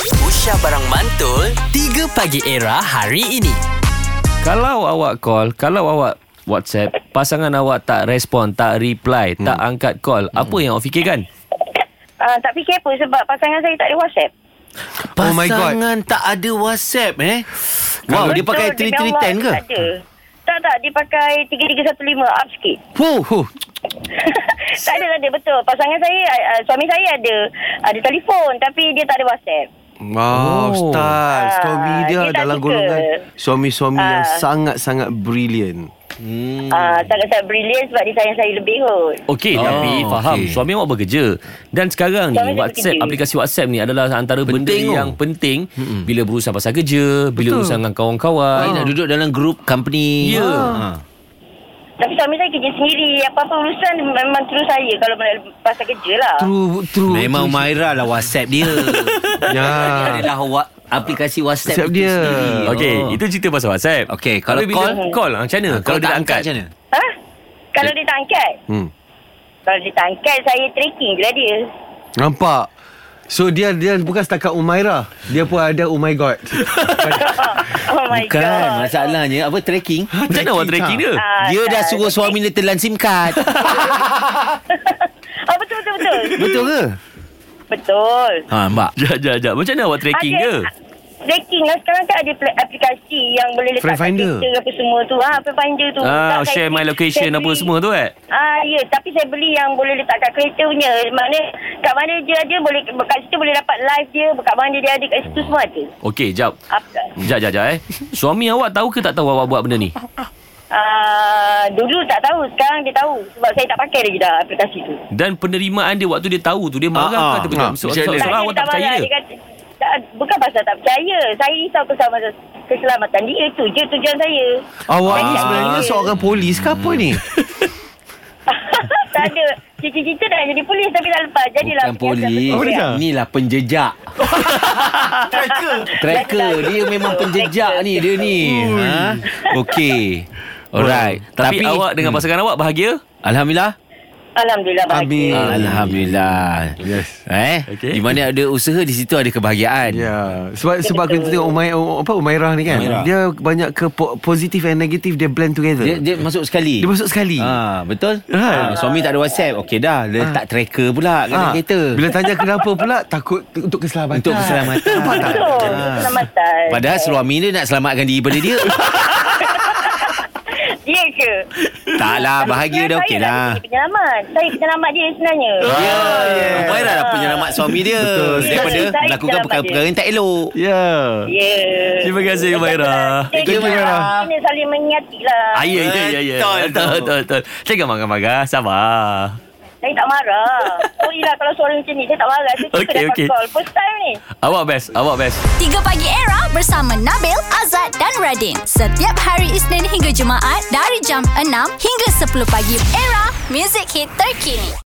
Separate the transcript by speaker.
Speaker 1: Aisyah Barang Mantul 3 Pagi Era hari ini
Speaker 2: Kalau awak call, kalau awak WhatsApp, pasangan awak tak respon, tak reply, hmm. tak angkat call, hmm. apa yang awak fikirkan?
Speaker 3: Uh, tak fikir apa sebab pasangan saya tak ada WhatsApp.
Speaker 2: Oh my God.
Speaker 4: Pasangan tak ada WhatsApp eh. Wow, dia pakai
Speaker 3: Betul, demi Allah,
Speaker 4: 3310 ke?
Speaker 3: Tak ada. Tak tak, dia pakai 3315 up sikit.
Speaker 4: Huh, huh.
Speaker 3: tak ada, tak ada, betul. Pasangan saya, uh, suami saya ada ada telefon tapi dia tak ada WhatsApp.
Speaker 2: Oh.
Speaker 4: Wow, oh. star.
Speaker 3: Ah,
Speaker 4: Suami dia,
Speaker 3: dia tak
Speaker 4: dalam
Speaker 3: suka.
Speaker 4: golongan suami-suami yang
Speaker 3: Ah.
Speaker 4: sangat-sangat brilliant.
Speaker 3: Hmm. Uh, tak kata brilliant sebab dia sayang saya lebih kot.
Speaker 2: Okey, oh,
Speaker 4: Oh,
Speaker 2: tapi faham
Speaker 4: okey.
Speaker 2: okay. suami awak bekerja dan sekarang ni
Speaker 3: Suami saya
Speaker 2: WhatsApp
Speaker 3: bekerja.
Speaker 2: aplikasi WhatsApp ni adalah antara penting benda
Speaker 5: Penting tu.
Speaker 2: yang penting hmm. bila berurusan pasal kerja, bila urusan dengan kawan-kawan.
Speaker 5: Baik nak duduk dalam grup company.
Speaker 2: Ya.
Speaker 4: Ah.
Speaker 5: Ha.
Speaker 3: Tapi suami saya kerja sendiri. Apa-apa urusan memang terus saya kalau mana- pasal kerja lah.
Speaker 4: True, true.
Speaker 5: Memang Maira lah WhatsApp dia.
Speaker 4: Ya.
Speaker 5: Adalah wa- aplikasi WhatsApp
Speaker 4: WhatsApp
Speaker 5: itu
Speaker 4: dia.
Speaker 5: sendiri. Ha,
Speaker 2: Okey, oh. itu cerita pasal WhatsApp.
Speaker 5: Ah. Okey, kalau
Speaker 2: tapi bila
Speaker 5: call-
Speaker 2: call ah, macam mana?
Speaker 5: Ha,
Speaker 2: kalau dia tak angkat.
Speaker 5: macam mana?
Speaker 3: Ha? Kalau dia tak angkat?
Speaker 4: Hmm.
Speaker 3: Kalau dia tak angkat, saya tracking je lah dia.
Speaker 4: Nampak. So dia dia bukan setakat Umaira, dia pun ada Oh my god.
Speaker 3: oh my
Speaker 5: Bukan,
Speaker 3: God.
Speaker 5: masalahnya apa tracking?
Speaker 2: Macam mana awak tracking dia?
Speaker 3: Ah,
Speaker 5: Dia dah
Speaker 3: tak,
Speaker 5: suruh
Speaker 3: tak-
Speaker 5: suami dia telan SIM card.
Speaker 3: Ah, betul, betul, betul.
Speaker 4: Betul ke?
Speaker 3: betul.
Speaker 5: ha, mbak.
Speaker 2: Jap, jap, jap. Macam mana awak tracking dia?
Speaker 3: Tracking lah Sekarang kan ada pla- aplikasi Yang boleh letak
Speaker 4: Friend finder.
Speaker 3: Apa semua tu ha, Friend finder tu
Speaker 2: Ah,
Speaker 3: Tak, saya-
Speaker 2: share my location
Speaker 3: saya
Speaker 2: apa
Speaker 3: beli-
Speaker 2: semua tu eh.
Speaker 3: Ah ya, tapi saya beli yang boleh letak kat kereta punya. Maknanya kat mana dia ada boleh kat situ boleh dapat live dia, kat mana dia ada kat situ semua ada.
Speaker 2: Okey, jap.
Speaker 3: Apa?
Speaker 2: Jap, jap, jap eh. Suami awak tahu ke tak tahu awak buat benda ni?
Speaker 3: Ah, dulu tak tahu, sekarang dia tahu sebab saya tak pakai lagi dah aplikasi tu.
Speaker 2: Dan penerimaan dia waktu dia tahu tu dia
Speaker 5: Ah,
Speaker 2: marah
Speaker 5: ah.
Speaker 2: ke tiba-tiba
Speaker 4: Ah,
Speaker 2: so,
Speaker 5: macam
Speaker 2: so,
Speaker 5: mana?
Speaker 2: so, awak tak percaya
Speaker 3: marah.
Speaker 2: dia.
Speaker 3: kata, tak, bukan pasal tak percaya. Saya risau keselamatan, keselamatan dia tu je tujuan saya.
Speaker 4: Awak ni
Speaker 3: Ah.
Speaker 4: sebenarnya seorang polis ke apa ni?
Speaker 3: tak ada. Cita-cita dah jadi polis tapi tak lepas. Jadilah
Speaker 5: Bukan polis.
Speaker 4: Apa dia?
Speaker 5: Inilah penjejak. Tracker. Dia memang penjejak ni dia ni. Ha? Okey. Alright.
Speaker 2: Tapi, awak dengan pasangan awak bahagia?
Speaker 5: Alhamdulillah.
Speaker 3: Alhamdulillah bahagia.
Speaker 4: Amin.
Speaker 5: Alhamdulillah.
Speaker 4: Yes.
Speaker 5: Eh,
Speaker 2: Okey.
Speaker 5: okay. di mana ada usaha di situ ada kebahagiaan.
Speaker 4: Ya, sebab sebab kita tengok Umay, apa Umairah ni kan.
Speaker 5: Umairah.
Speaker 4: Dia banyak ke po- positif and negatif dia Ah. blend together.
Speaker 5: Dia, dia masuk sekali.
Speaker 4: Dia masuk sekali. Ya,
Speaker 5: Ha, betul?
Speaker 4: Right.
Speaker 5: Ha, suami tak ada WhatsApp. Okey dah, letak tracker pula kat ha.
Speaker 4: Ah,
Speaker 5: kereta.
Speaker 4: Bila tanya kenapa pula Takut t- untuk keselamatan
Speaker 5: Untuk keselamatan.
Speaker 4: Nampak tak?
Speaker 3: Betul. Keselamatan.
Speaker 5: Ah. Padahal suami dia nak selamatkan diri pada dia.
Speaker 3: Dia ke?
Speaker 5: tak lah, bahagia dah Ya, okey lah.
Speaker 3: Saya penyelamat. Saya penyelamat dia sebenarnya.
Speaker 5: Yeah. Umairah lah penyelamat suami dia
Speaker 4: Ah. Betul.
Speaker 5: Daripada
Speaker 3: Saya
Speaker 5: melakukan
Speaker 3: selamat
Speaker 5: perkara-perkara yang tak elok
Speaker 4: Ya
Speaker 3: Ya.
Speaker 2: Terima kasih, Umaira.
Speaker 3: Thank
Speaker 4: you, Umaira.
Speaker 3: Kena saling mengingati lah.
Speaker 2: Ah, ya, ya, ya, ya.
Speaker 5: Betul,
Speaker 2: Betul, betul, betul. Jangan marah-marah, sabar.
Speaker 3: Saya tak marah. Sorry lah kalau suara macam ni. Saya tak marah. Saya suka
Speaker 2: Okey,
Speaker 3: dapat
Speaker 2: okey.
Speaker 3: call. First time ni.
Speaker 2: Awak best, awak best.
Speaker 6: 3 Pagi Era bersama Nabil, Azad dan Radin. Setiap hari Isnin hingga Jumaat dari jam 6 hingga 10 pagi. Era, music hit terkini.